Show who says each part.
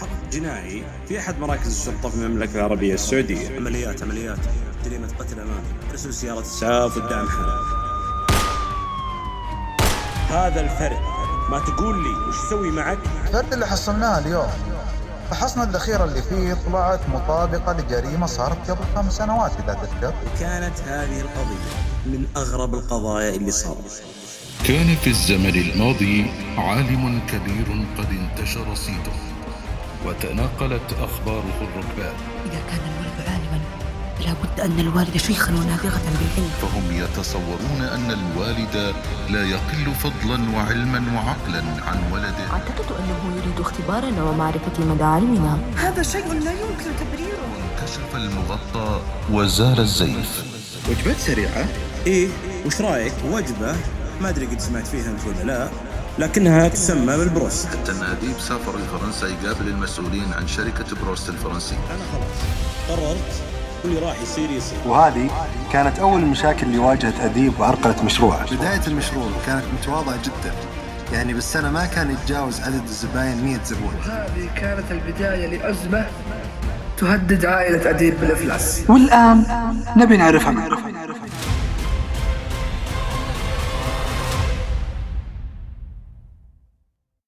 Speaker 1: حدث جنائي في احد مراكز الشرطه في المملكه العربيه السعوديه عمليات عمليات جريمه قتل امامي ارسل سيارات اسعاف والدعم حالا هذا الفرد ما تقول لي وش يسوي معك
Speaker 2: الفرد اللي حصلناه اليوم فحصنا الذخيرة اللي فيه طلعت مطابقة لجريمة صارت قبل خمس سنوات إذا تذكر
Speaker 1: وكانت هذه القضيه من اغرب القضايا اللي صارت
Speaker 3: كان في الزمن الماضي عالم كبير قد انتشر صيته وتناقلت اخباره الركبان
Speaker 4: إذا كان الولد عالما فلا بد أن الوالد شيخا ونابغة بالعلم
Speaker 3: فهم يتصورون ان الوالد لا يقل فضلا وعلما وعقلا عن ولده
Speaker 5: أعتقد أنه يريد اختبارنا ومعرفة مدى علمنا
Speaker 6: هذا شيء لا يمكن تبريره
Speaker 3: وانكشف المغطى وزار الزيف
Speaker 7: وجبات سريعة
Speaker 1: ايه وش رايك وجبه ما ادري قد سمعت فيها انت ولا لا لكنها تسمى بالبروست
Speaker 3: حتى ان اديب سافر لفرنسا يقابل المسؤولين عن شركه بروست الفرنسيه
Speaker 1: انا خلاص قررت واللي راح يصير يصير
Speaker 8: وهذه كانت أول المشاكل اللي واجهت أديب وعرقلت مشروعه بداية المشروع كانت متواضعة جدا يعني بالسنة ما كان يتجاوز عدد الزباين 100 زبون
Speaker 6: هذه كانت البداية لأزمة تهدد عائلة أديب بالإفلاس
Speaker 9: والآن نبي نعرفها معرفة